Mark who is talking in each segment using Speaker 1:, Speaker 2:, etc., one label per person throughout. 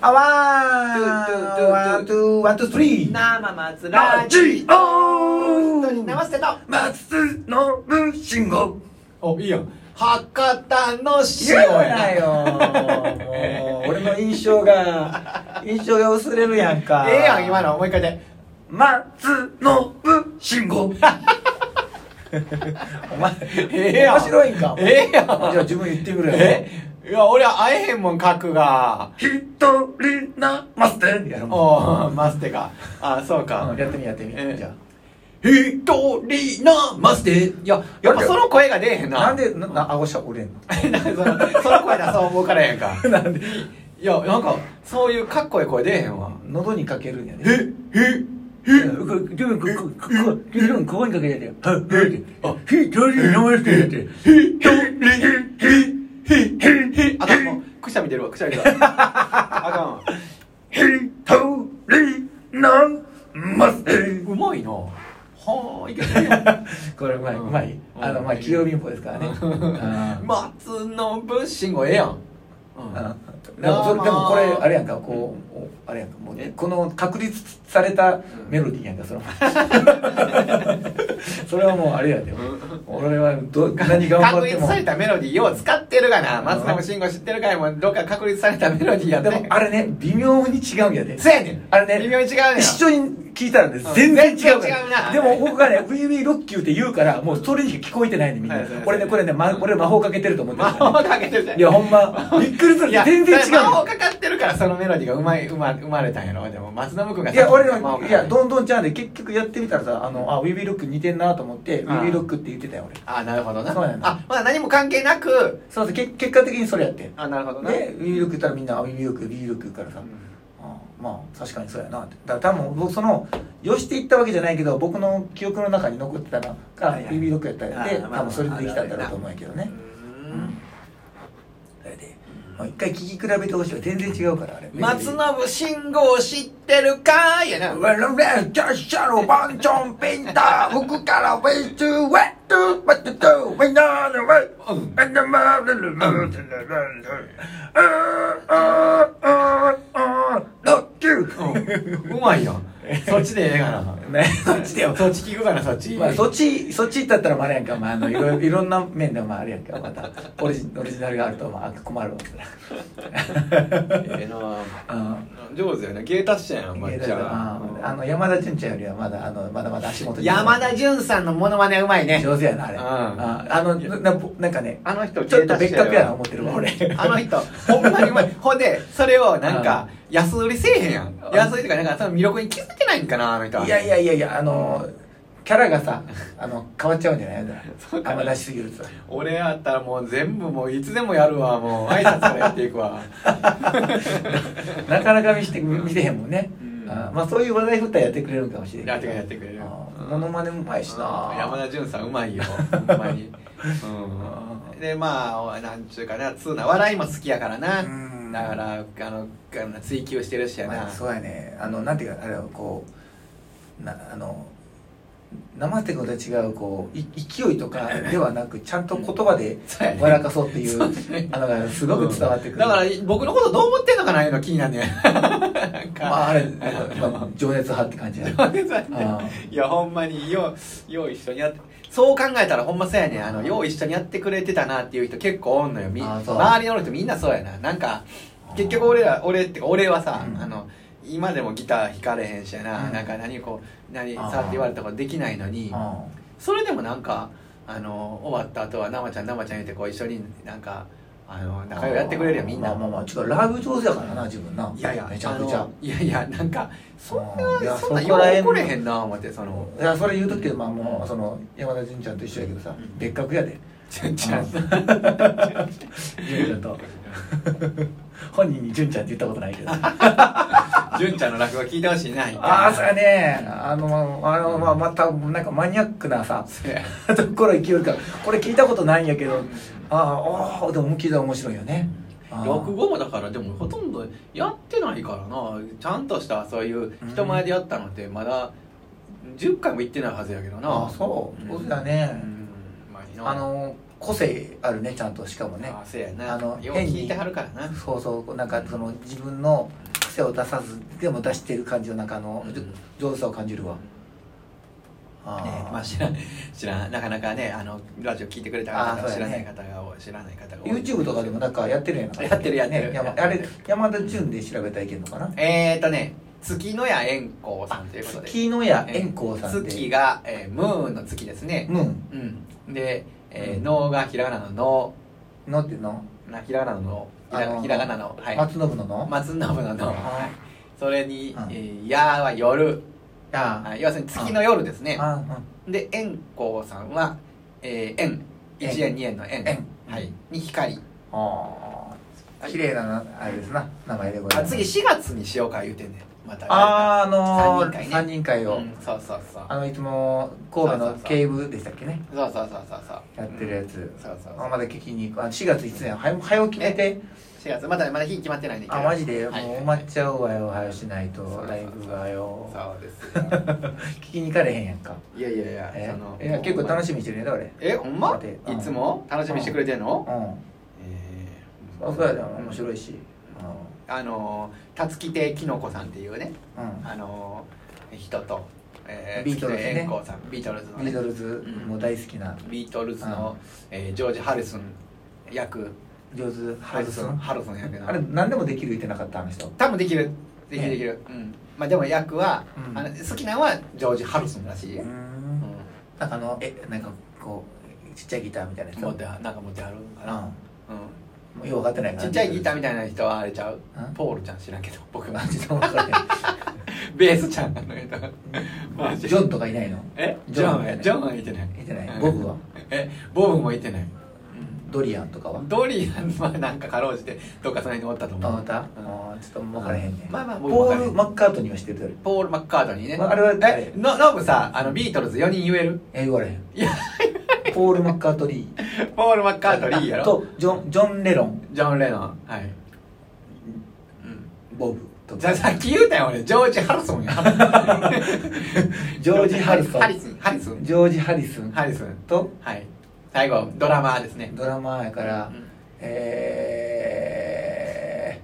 Speaker 1: あワン、ツー、ワン、ツー、スリー。
Speaker 2: 生松ラ
Speaker 1: ラ
Speaker 2: ジ
Speaker 1: ジオ
Speaker 2: オに生捨てと
Speaker 1: 松の無信号。
Speaker 3: おいいやん博多の
Speaker 1: 言
Speaker 3: 塩
Speaker 1: うな
Speaker 3: や
Speaker 1: よ。もう俺の印象が、印象が薄れるやんか。
Speaker 3: ええやん今のもう一回で
Speaker 1: 松の無信号。お前、
Speaker 3: ええやん
Speaker 1: 面白いんか。お前
Speaker 3: ええやん
Speaker 1: じゃあ自分言ってくれよ。
Speaker 3: えいや俺は会えへんもん書くが
Speaker 1: 一人なますてやろう
Speaker 3: おおマステがあそうか
Speaker 1: うんやってみやってみ、
Speaker 3: ええ
Speaker 1: じゃ
Speaker 3: 一人なマステいややっぱその声が出えへん
Speaker 1: あ
Speaker 3: な
Speaker 1: なんでなな顎しゃ折れんの
Speaker 3: なん かそのその声だそう思うからやんか
Speaker 1: なんで
Speaker 3: いやなんかそういうかっこいい声出えへんわ
Speaker 1: 喉にかけるんやで
Speaker 3: ええ
Speaker 1: えリュウ君ここリュウ君ここにかけてやってよはいはいあ一人なますてやってよ
Speaker 3: ひひひひひひあかんもうくしゃみ出るわくしゃみ出るわあかんわ
Speaker 1: 一人なますて
Speaker 3: うまいなはあいけてるやん
Speaker 1: これうまいうまい
Speaker 3: うん
Speaker 1: あのまあ器用貧乏ですからねうん
Speaker 3: 松信慎吾ええやん、
Speaker 1: あでもそれでもこれあれやんかこうおあれやんかもうねこの確立されたメロディーやんかそのそれはもうあれやで俺はど何が頑張
Speaker 3: 確
Speaker 1: って
Speaker 3: 立
Speaker 1: も
Speaker 3: されたメロディーよう使ってるがな
Speaker 1: うん
Speaker 3: 松信慎吾知ってるかいもどっか確立されたメロディー
Speaker 1: い
Speaker 3: や
Speaker 1: や
Speaker 3: で
Speaker 1: で
Speaker 3: も
Speaker 1: もあれね微妙に違うんやで
Speaker 3: そうやねん
Speaker 1: あれね
Speaker 3: 微妙に違うねん
Speaker 1: 一緒に聞いたらね
Speaker 3: うん
Speaker 1: 全然違うか
Speaker 3: 全然違うな
Speaker 1: らでも僕がね「ウィーウィーロッキュー」って言うからもうそれにしか聞こえてないねみんな
Speaker 3: はいはいはい
Speaker 1: 俺ねこれね、ま、俺魔法かけてると思って
Speaker 3: 魔
Speaker 1: る
Speaker 3: 法かけてるじゃん
Speaker 1: いやほんまびっくりする
Speaker 3: いや
Speaker 1: 全然違うんだ
Speaker 3: 魔法かかってるからそのメロディーがうまい生ま生まれたんやろでも松信君が
Speaker 1: いや俺
Speaker 3: 魔法
Speaker 1: の
Speaker 3: か
Speaker 1: い
Speaker 3: け
Speaker 1: やどんどんちゃんで結局やってみたらさ「あのあウィーウィーロック」似てんなと思って「ウ
Speaker 3: ん
Speaker 1: ィーウィーロック」って言ってたよ俺
Speaker 3: あなるほどな
Speaker 1: そうやな
Speaker 3: あまだ何も関係なく
Speaker 1: そうそうけ結果的にそれやってで
Speaker 3: あなるほど
Speaker 1: ウ
Speaker 3: な、
Speaker 1: ィーウィーロック言ったらみんな「あウィーウィーロックウィーウィーロック」言うから
Speaker 3: う
Speaker 1: さ、
Speaker 3: ん
Speaker 1: あまあ確かにそうやなってだから多分僕そのよしていったわけじゃないけど僕の記憶の中に残ってたのが
Speaker 3: はいはい
Speaker 1: 指録やったん
Speaker 3: あ
Speaker 1: やで
Speaker 3: ーまあ
Speaker 1: 多分それでできたんだろうと思うんやけどね
Speaker 3: うん
Speaker 1: それでもう一回聞き比べてほしいわ全然違うからあれ
Speaker 3: 松信信号知ってるかいやな
Speaker 1: ワロレジャッシャロバンチョンピンタ服からウェイチューウェットゥワットゥトゥウェイナーのウェイアンダマールルルルルルルルあーあーあーあーロッキュー
Speaker 3: うまいよ そっちでええがな
Speaker 1: ね そっちでよ
Speaker 3: そっち聞くからそっち
Speaker 1: まあ、そっち、そっち行ったったらまああれやんか、まあ、あの、いろ、いろんな面でもまああれやんか、また、オリジオリジナルがあると、まあ、困るわ。
Speaker 3: ええな
Speaker 1: うん
Speaker 3: 上手やな芸達者やんまっちゃん
Speaker 1: うんあの、山田純ちゃんよりはまだ、あの、まだまだ足元に
Speaker 2: 山田純さんのモノマネうまいね
Speaker 1: 上手やな、あれ。
Speaker 3: う
Speaker 1: うんん、あの、な、ななんかね、
Speaker 3: あの人
Speaker 1: ちょっと
Speaker 3: 芸
Speaker 1: 別
Speaker 3: 達者
Speaker 1: 格やな思ってるわ、俺。
Speaker 3: あの人ほんまにうまいほんでそれをなんか安売りせえへんやん安売りとかなんかその魅力に気づいてないんかなあの人はい
Speaker 1: やいやいやいや、あの、キャラがさ、あの、変わっちゃうんじゃない
Speaker 3: そうか
Speaker 1: あんま出しすぎると。
Speaker 3: 俺やったらもう全部もういつでもやるわもう挨拶からやってい くわ
Speaker 1: なかなか見して、見てへんもんね。
Speaker 3: うん
Speaker 1: あまあ、そういう話題振ったらやってくれるんかもしれんけど
Speaker 3: やってくれるやってくれる
Speaker 1: あ
Speaker 3: うん
Speaker 1: モノマネもうまいしな。
Speaker 3: 山田純さんうまいよほんまに、うん、でまあなんちゅうかな通な笑いも好きやからな
Speaker 1: うん
Speaker 3: だからあのあの追求してるしやな、
Speaker 1: まあ、そうやねあのなんていうかあれはこうなあの生ってことは違うこうい勢いとかではなくちゃんと言葉で
Speaker 3: そうやね
Speaker 1: 笑かそうっていうあのがすごく伝わってくる、
Speaker 3: だから僕のことどう思ってんのかないうの気になんねんなん
Speaker 1: まあ
Speaker 3: か
Speaker 1: あれ、まあ、情熱派って感じや
Speaker 3: 小手さんって
Speaker 1: あ
Speaker 3: いやほんまにようよう一緒にやってそう考えたらほんまそうやねんあのよう一緒にやってくれてたなっていう人結構おんのよみ
Speaker 1: あそう
Speaker 3: 周りの人みんなそうやななんか結局俺ら俺ってか俺はさ、
Speaker 1: うん
Speaker 3: あの今でもギター弾かれへんしやな、
Speaker 1: うん
Speaker 3: なんか何こう何
Speaker 1: あー
Speaker 3: さって言われたことできないのに
Speaker 1: あ
Speaker 3: それでもなんかあの終わった後は生ちゃん生ちゃん言ってこう一緒になんかあの仲良くやってくれるよみん
Speaker 1: ま
Speaker 3: な
Speaker 1: あまあまあちょっとライブ上手やからな自分ない
Speaker 3: やいや
Speaker 1: めちゃくちゃ
Speaker 3: あのいやいやなんかそん
Speaker 1: うんい
Speaker 3: な
Speaker 1: や
Speaker 3: そんな
Speaker 1: そ
Speaker 3: よ
Speaker 1: こら辺の
Speaker 3: う怒れへんな思ってその
Speaker 1: いやそれ言うときけどまあもうその山田純ちゃんと一緒やけどさ、
Speaker 3: うん
Speaker 1: 別格やで
Speaker 3: ちゃんちゃん
Speaker 1: 純ちゃんと本人に純ちゃんって言ったことない けど
Speaker 3: 純ちゃんの落語聞いてほしいな
Speaker 1: ああそうや
Speaker 3: れ
Speaker 1: ねあのあのまあまたなんかマニアックなさと ころ行きよるからこれ聞いたことないんやけどあーあーでも聞いたら面白いよねあー
Speaker 3: 落語もだからでもほとんどやってないからなちゃんとしたそういう人前でやったのってまだ10回も行ってないはずやけどな
Speaker 1: ああそうそうだ
Speaker 3: う
Speaker 1: ね
Speaker 3: んまいな
Speaker 1: あの個性あるねちゃんとしかもね
Speaker 3: あせやな
Speaker 1: あの
Speaker 3: よう
Speaker 1: 変に
Speaker 3: 聞いてはるからな
Speaker 1: そうそうなんかその自分の背を出さずでも出してる感じの中の
Speaker 3: うん
Speaker 1: 上手さを感じるわ、あ
Speaker 3: ね
Speaker 1: ー
Speaker 3: まあ知らん知らんなかなかねあのラジオ聞いてくれた
Speaker 1: あー
Speaker 3: 方が
Speaker 1: そ
Speaker 3: 知
Speaker 1: うや
Speaker 3: ら
Speaker 1: ね
Speaker 3: ない方が多い知らない方が多い
Speaker 1: YouTube とかでもなんかやってるやんか
Speaker 3: やってるやってる
Speaker 1: ね山あれ山田純で調べたらいけんのかな
Speaker 3: えーとね月の矢円光さんということで
Speaker 1: 月の矢円光さんで
Speaker 3: 月が、えームーンの月ですね
Speaker 1: うん
Speaker 3: うんで、え
Speaker 1: う
Speaker 3: ー、
Speaker 1: ん
Speaker 3: 能がひらがなの
Speaker 1: のっていうの
Speaker 3: 能なひらがなの能ひ
Speaker 1: あの
Speaker 3: らひらがなのはい
Speaker 1: 松信のの
Speaker 3: 松信の
Speaker 1: あ
Speaker 3: 能はいそれに
Speaker 1: うん
Speaker 3: 「えーや」は夜
Speaker 1: あ
Speaker 3: はい要するに月の夜です
Speaker 1: ー
Speaker 3: ね
Speaker 1: あ
Speaker 3: で円光さんはえー円
Speaker 1: 円
Speaker 3: 1円2円の円
Speaker 1: 円
Speaker 3: はいに光
Speaker 1: ーあー綺麗ななあれですな名前でござい
Speaker 3: あ
Speaker 1: ます
Speaker 3: 次4月にしようか言うてんねんまた
Speaker 1: あーあの
Speaker 3: 三人
Speaker 1: ー
Speaker 3: 会ね
Speaker 1: 三人会を
Speaker 3: うんそうそうそう
Speaker 1: あのいつも神戸の警部でしたっけね
Speaker 3: そうそうそうそうそう
Speaker 1: やってるやつ
Speaker 3: うんそうそうそ
Speaker 1: あ
Speaker 3: う
Speaker 1: まだ聞きに行くあ4月いつやん早く早く決めて
Speaker 3: 4月まだまだ日決まってないねんけど
Speaker 1: あマジでもう
Speaker 3: はい
Speaker 1: 埋まっちゃうわよ早うしない
Speaker 3: そうそう
Speaker 1: と
Speaker 3: そう
Speaker 1: ライブがよ
Speaker 3: そうです
Speaker 1: 聞きに行かれへんやんか
Speaker 3: いやいやいや
Speaker 1: え
Speaker 3: その
Speaker 1: いや結構楽
Speaker 3: し
Speaker 1: しみにしてるねだ俺
Speaker 3: えほんま
Speaker 1: 待って
Speaker 3: いつも楽しみにしてくれてんの
Speaker 1: う
Speaker 3: え
Speaker 1: んあそうやで面白いし
Speaker 3: あのたつき亭きのこさんっていうね
Speaker 1: うんう
Speaker 3: あの人と、え
Speaker 1: ビートルズね
Speaker 3: 月亭円光さんビートルズの
Speaker 1: んビート
Speaker 3: ね
Speaker 1: ルズも大好きな
Speaker 3: ビートルズ
Speaker 1: う
Speaker 3: の
Speaker 1: ん、
Speaker 3: えージョージ・ハルソン役
Speaker 1: 上手ハズソン
Speaker 3: ハルソン役の
Speaker 1: あれ何でもできる言ってなかったあの人
Speaker 3: 多分できるできるできる、うんまあでも役は、
Speaker 1: うん
Speaker 3: あの好きなのはジョージ・ハルソンらしい、
Speaker 1: う
Speaker 3: うん
Speaker 1: んなんかあのえなんかこうちっちゃいギターみたいなやつ
Speaker 3: 持ってはなんか持ってはるんかな、う
Speaker 1: うんもうよう分かってない
Speaker 3: ん、
Speaker 1: から
Speaker 3: ちっちゃいギター
Speaker 1: ー
Speaker 3: みたいな人はあれちゃう
Speaker 1: うん
Speaker 3: ポールちゃん知らんけ ど僕は
Speaker 1: マジで分かってな
Speaker 3: ベースちゃんなの人 マ
Speaker 1: い
Speaker 3: ジ
Speaker 1: ジョンとかいないの
Speaker 3: え
Speaker 1: ジ
Speaker 3: ジ
Speaker 1: ョ
Speaker 3: ョ
Speaker 1: ン
Speaker 3: ン
Speaker 1: は
Speaker 3: はいジョンはいてない
Speaker 1: いてない
Speaker 3: うん
Speaker 1: ボブは
Speaker 3: えボブもいてない、
Speaker 1: ドリアンとか
Speaker 3: う
Speaker 1: は
Speaker 3: ん、ドリアンはなんかかろうじてどっかその辺におったと
Speaker 1: あ
Speaker 3: 思
Speaker 1: ま
Speaker 3: う
Speaker 1: たあーちょっと分からへんね
Speaker 3: まあまあ僕
Speaker 1: ポ
Speaker 3: 分かる
Speaker 1: ール・マッカートニーは知ってるどれ
Speaker 3: ポール・マッカートニーね、
Speaker 1: あれは誰
Speaker 3: えのノブさあのビートルズ4人言える
Speaker 1: え言われへん
Speaker 3: いや
Speaker 1: ポール・マッカートニー
Speaker 3: ポール・マッカートニーやろ
Speaker 1: とジョンジョン・レロン
Speaker 3: ジョン・レノンはい、う
Speaker 1: ボブと
Speaker 3: ん、じゃあさっき言うたよ俺ジョージ・ハルソンや
Speaker 1: ジョージ・ハリソン
Speaker 3: ハリスンハリスン
Speaker 1: ジョージ・ハリスン
Speaker 3: ハリスン
Speaker 1: と
Speaker 3: はい最後ドラマーですね
Speaker 1: ドラマーやから
Speaker 3: うん
Speaker 1: え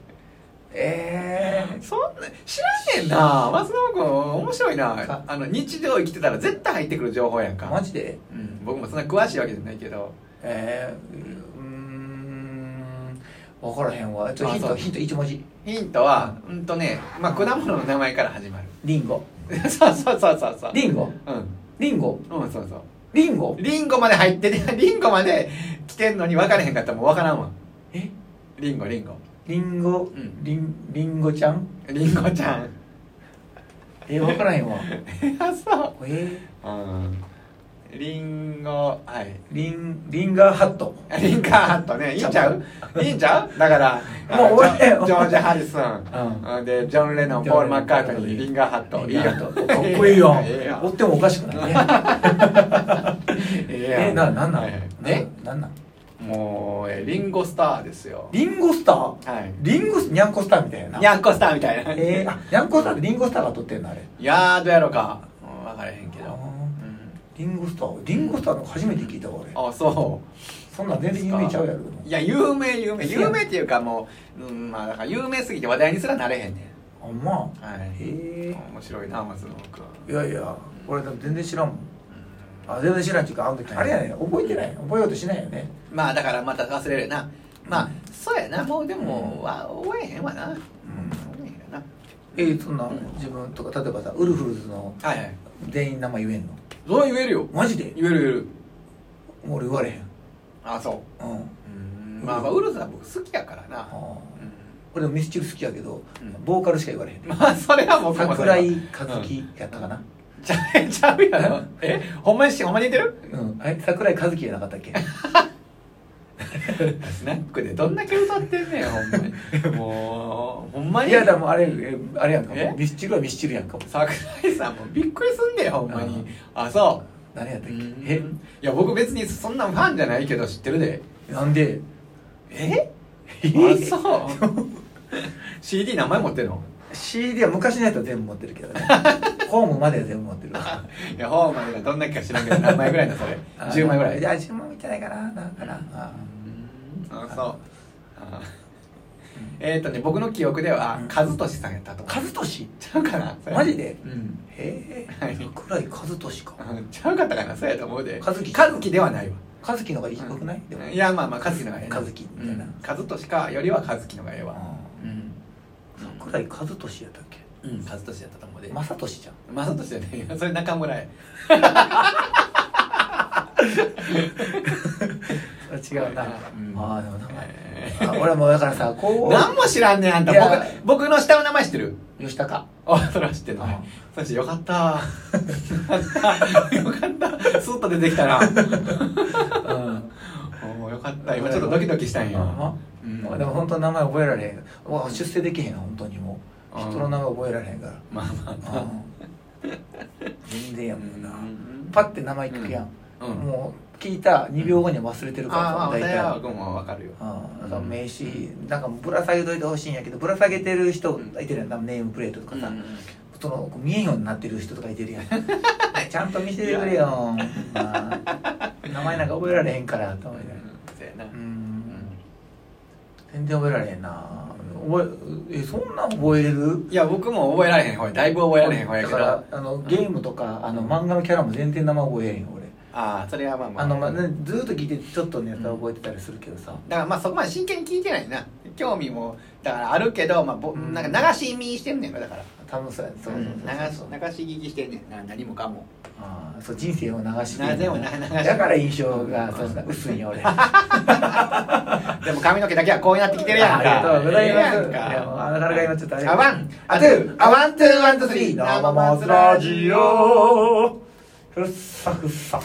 Speaker 1: ーえー
Speaker 3: そんな知らんねんな松永君面白い
Speaker 1: か
Speaker 3: なあの日常生きてたら絶対入ってくる情報やんか
Speaker 1: マジで
Speaker 3: うん、僕もそんな詳しいわけじゃないけど
Speaker 1: えーうーん分からへんわちょ
Speaker 3: あ
Speaker 1: ヒン
Speaker 3: そ
Speaker 1: ト
Speaker 3: う
Speaker 1: ヒント1文字
Speaker 3: ヒントはうんとねまあ果物の名前から始まる
Speaker 1: リンゴ
Speaker 3: そうそうそうそうそう
Speaker 1: リンゴ
Speaker 3: うん
Speaker 1: リンゴ
Speaker 3: うんそうそう
Speaker 1: リンゴ
Speaker 3: リンゴまで入ってて リンゴまで来てんのに分からへんかったらもう分からんわ
Speaker 1: え
Speaker 3: リンゴリンゴ
Speaker 1: リンゴ
Speaker 3: ん
Speaker 1: リンリンゴちゃん
Speaker 3: リンゴちゃん
Speaker 1: え分からへんわ
Speaker 3: あ そ
Speaker 1: え
Speaker 3: ううんリンゴはい
Speaker 1: ーリンリンガーハット
Speaker 3: リンカーハット ね、いいんちゃういいんちゃうだから、
Speaker 1: もう
Speaker 3: あのジョ
Speaker 1: 俺
Speaker 3: ジョージ・ハリソン、で、ジョン・レノン、ポール・マッカートニー、リンガーハット。
Speaker 1: リンガーハットかっこいいよ
Speaker 3: ええやん
Speaker 1: おってもおかしくないねえななんなん
Speaker 3: え
Speaker 1: えなんなん
Speaker 3: えもう、えリンゴスターですよ。
Speaker 1: リンゴスター
Speaker 3: はい。
Speaker 1: リンゴスニャンコスターみたいな
Speaker 3: ニャンコスターみたいな。
Speaker 1: えー、あニャンコスターってリンゴスターが撮ってんのあれ
Speaker 3: いやー、どうやろうか。うんわからへんけ
Speaker 1: あ
Speaker 3: ど。
Speaker 1: ー
Speaker 3: うん
Speaker 1: リンゴスターリンゴスターの初めて聞いたわ俺
Speaker 3: あ、そ
Speaker 1: そんなん全然有名ちゃうやろでも
Speaker 3: う。いや、有名、有名。有名っていうかもう、うん、まあ、だから有名すぎて話題にすらなれへんね
Speaker 1: あんま
Speaker 3: ん。は
Speaker 1: へ
Speaker 3: い。
Speaker 1: え
Speaker 3: 面白いな、松野
Speaker 1: い
Speaker 3: 君。
Speaker 1: やいや俺でも全然知らんもんあ全然知らんっていうかあの時あれやね覚えてない覚えようとしないよね
Speaker 3: まあだからまた忘れるよなまあそうやなもうでも、は覚えへんわな、うん、覚えへんわ
Speaker 1: えー、そんな自分とか例えばさウルフルズの
Speaker 3: なはいはい
Speaker 1: 全員名前言えんの
Speaker 3: それは言えるよ
Speaker 1: マジで
Speaker 3: 言える言える
Speaker 1: もう俺言われへん
Speaker 3: あそう
Speaker 1: うん
Speaker 3: うんまあまあウルフさん僕好きやから
Speaker 1: あ
Speaker 3: な、
Speaker 1: ー
Speaker 3: う
Speaker 1: 俺もミスチル好きやけど、
Speaker 3: うん
Speaker 1: ボーカルしか言われへん
Speaker 3: ん、まあそれは僕もそれ
Speaker 1: 桜
Speaker 3: は
Speaker 1: 井和樹やったかな、
Speaker 3: ちゃうちゃうやろえほんまにしほんまに似てる
Speaker 1: うん、あれ桜井和樹じゃなかったっけ
Speaker 3: スナックでどんだけ歌ってんねんほんまにもうほんまに
Speaker 1: いやだもうあれえあれやんかも
Speaker 3: え
Speaker 1: うミスチルはミスチルやんかも
Speaker 3: 桜井さんもびっくりすんねんほんま
Speaker 1: う
Speaker 3: に
Speaker 1: ん
Speaker 3: あそう
Speaker 1: 何やったっけ
Speaker 3: え
Speaker 1: え
Speaker 3: いや僕別にそんなファンじゃないけど知ってるで
Speaker 1: なんで
Speaker 3: え
Speaker 1: え
Speaker 3: あ そう CD 名前持ってんの
Speaker 1: CD は昔のやつは全部持ってるけ どねホームまでは全部持ってるわ
Speaker 3: いやホーマンがどんだけか知らんけど何枚ぐらいだそれ
Speaker 1: あ
Speaker 3: 10枚ぐらい
Speaker 1: いや10枚みたいかななんかなあ
Speaker 3: あそう
Speaker 1: う
Speaker 3: あ
Speaker 1: ん
Speaker 3: えっ、とね僕の記憶では
Speaker 1: うん
Speaker 3: 和俊さんやったと思う
Speaker 1: 和俊
Speaker 3: ちゃうかなそれ
Speaker 1: マジで
Speaker 3: うん
Speaker 1: へ
Speaker 3: は
Speaker 1: え
Speaker 3: い
Speaker 1: 桜井和俊か
Speaker 3: うんちゃうかったかなそうやと思うで
Speaker 1: 和樹
Speaker 3: 和樹ではないわ
Speaker 1: 和樹の方が低くないでも
Speaker 3: いやまあまあ和樹のがええな
Speaker 1: 和樹みたいな
Speaker 3: うん和俊かよりは和樹のがええわ
Speaker 1: あ
Speaker 3: うん
Speaker 1: ー桜井和俊やったっけ
Speaker 3: うん和俊やったと思うで
Speaker 1: 正俊じゃん
Speaker 3: まさとしてね、それ中村や。
Speaker 1: 違うな、
Speaker 3: うん
Speaker 1: ああでも名前、
Speaker 3: え
Speaker 1: あ俺もだからさこ
Speaker 3: 何も知らんねん、あん
Speaker 1: いや
Speaker 3: た。僕、僕の下の名前知ってる
Speaker 1: う吉高
Speaker 3: あ、それは知ってる
Speaker 1: あ
Speaker 3: ね。そしてよかった。 よかった。スッと出てきたな。
Speaker 1: うん
Speaker 3: おーよかった。今ちょっとドキドキしたんよ。
Speaker 1: あ
Speaker 3: うん
Speaker 1: まあでも本当名前覚えられへんうわ出世できへん本当にもう
Speaker 3: うん
Speaker 1: 人の名前覚えられへんから
Speaker 3: まあまあまあ。
Speaker 1: うん全然やもんな
Speaker 3: うん
Speaker 1: パッて名前聞くやん、
Speaker 3: うん。
Speaker 1: もう聞いた2秒後には忘れてるから
Speaker 3: あ
Speaker 1: さ
Speaker 3: あ、まあ、
Speaker 1: 大体
Speaker 3: は僕もわかるよ。
Speaker 1: うんだから名刺なんかぶら下げといてほしいんやけどぶら下げてる人いてるやん多分ネームプレートとかさ、その見えんようになってる人とかいてるや んちゃんと見せてくれよ、ほんま名前なんか覚えられへんからと思いながら
Speaker 3: そうやな
Speaker 1: う。
Speaker 3: うんん
Speaker 1: 全然覚えられへんな覚ええそんなん覚えれる
Speaker 3: いや、僕も覚えられへん方や。だいぶ覚えられへん方や
Speaker 1: だ
Speaker 3: け
Speaker 1: か
Speaker 3: ど。
Speaker 1: ら
Speaker 3: あ
Speaker 1: あのゲームとかあの漫画のキャラも全然名前覚えへんよ俺
Speaker 3: あー、それはまあまあ。
Speaker 1: あの、まあね、ずーっと聞いてちょっとのやつは覚えてたりするけどさ、
Speaker 3: だからまあそこまで真剣に聞いてないな興味もだからあるけど、まあ、ぼなんか流し見してんねんかだから
Speaker 1: 多分そうやそう
Speaker 3: う
Speaker 1: そうんそう
Speaker 3: 流し流し聞きしてんねんな何もかも
Speaker 1: ああそう人生を流して
Speaker 3: な全部流し
Speaker 1: だから印象がそんな薄いんよ 俺
Speaker 3: でも髪の毛だけはこうなってきてるやんか
Speaker 1: ありがとうございます
Speaker 3: ええやんか
Speaker 1: いやもうなかなか今ちょっとあれ
Speaker 3: アワンアトゥー
Speaker 1: あ
Speaker 3: ア
Speaker 1: ワ
Speaker 3: ワ
Speaker 1: ン
Speaker 3: ン
Speaker 1: ツ
Speaker 3: ツ
Speaker 1: ー
Speaker 3: ー
Speaker 1: ワ
Speaker 3: ワ
Speaker 1: ン
Speaker 3: ン
Speaker 1: ツース
Speaker 3: ツース
Speaker 1: リー
Speaker 3: リー
Speaker 1: 生
Speaker 3: 生
Speaker 1: 松
Speaker 3: 松
Speaker 1: ラ
Speaker 3: ラ
Speaker 1: ジ
Speaker 3: ジ
Speaker 1: オふっさふっさ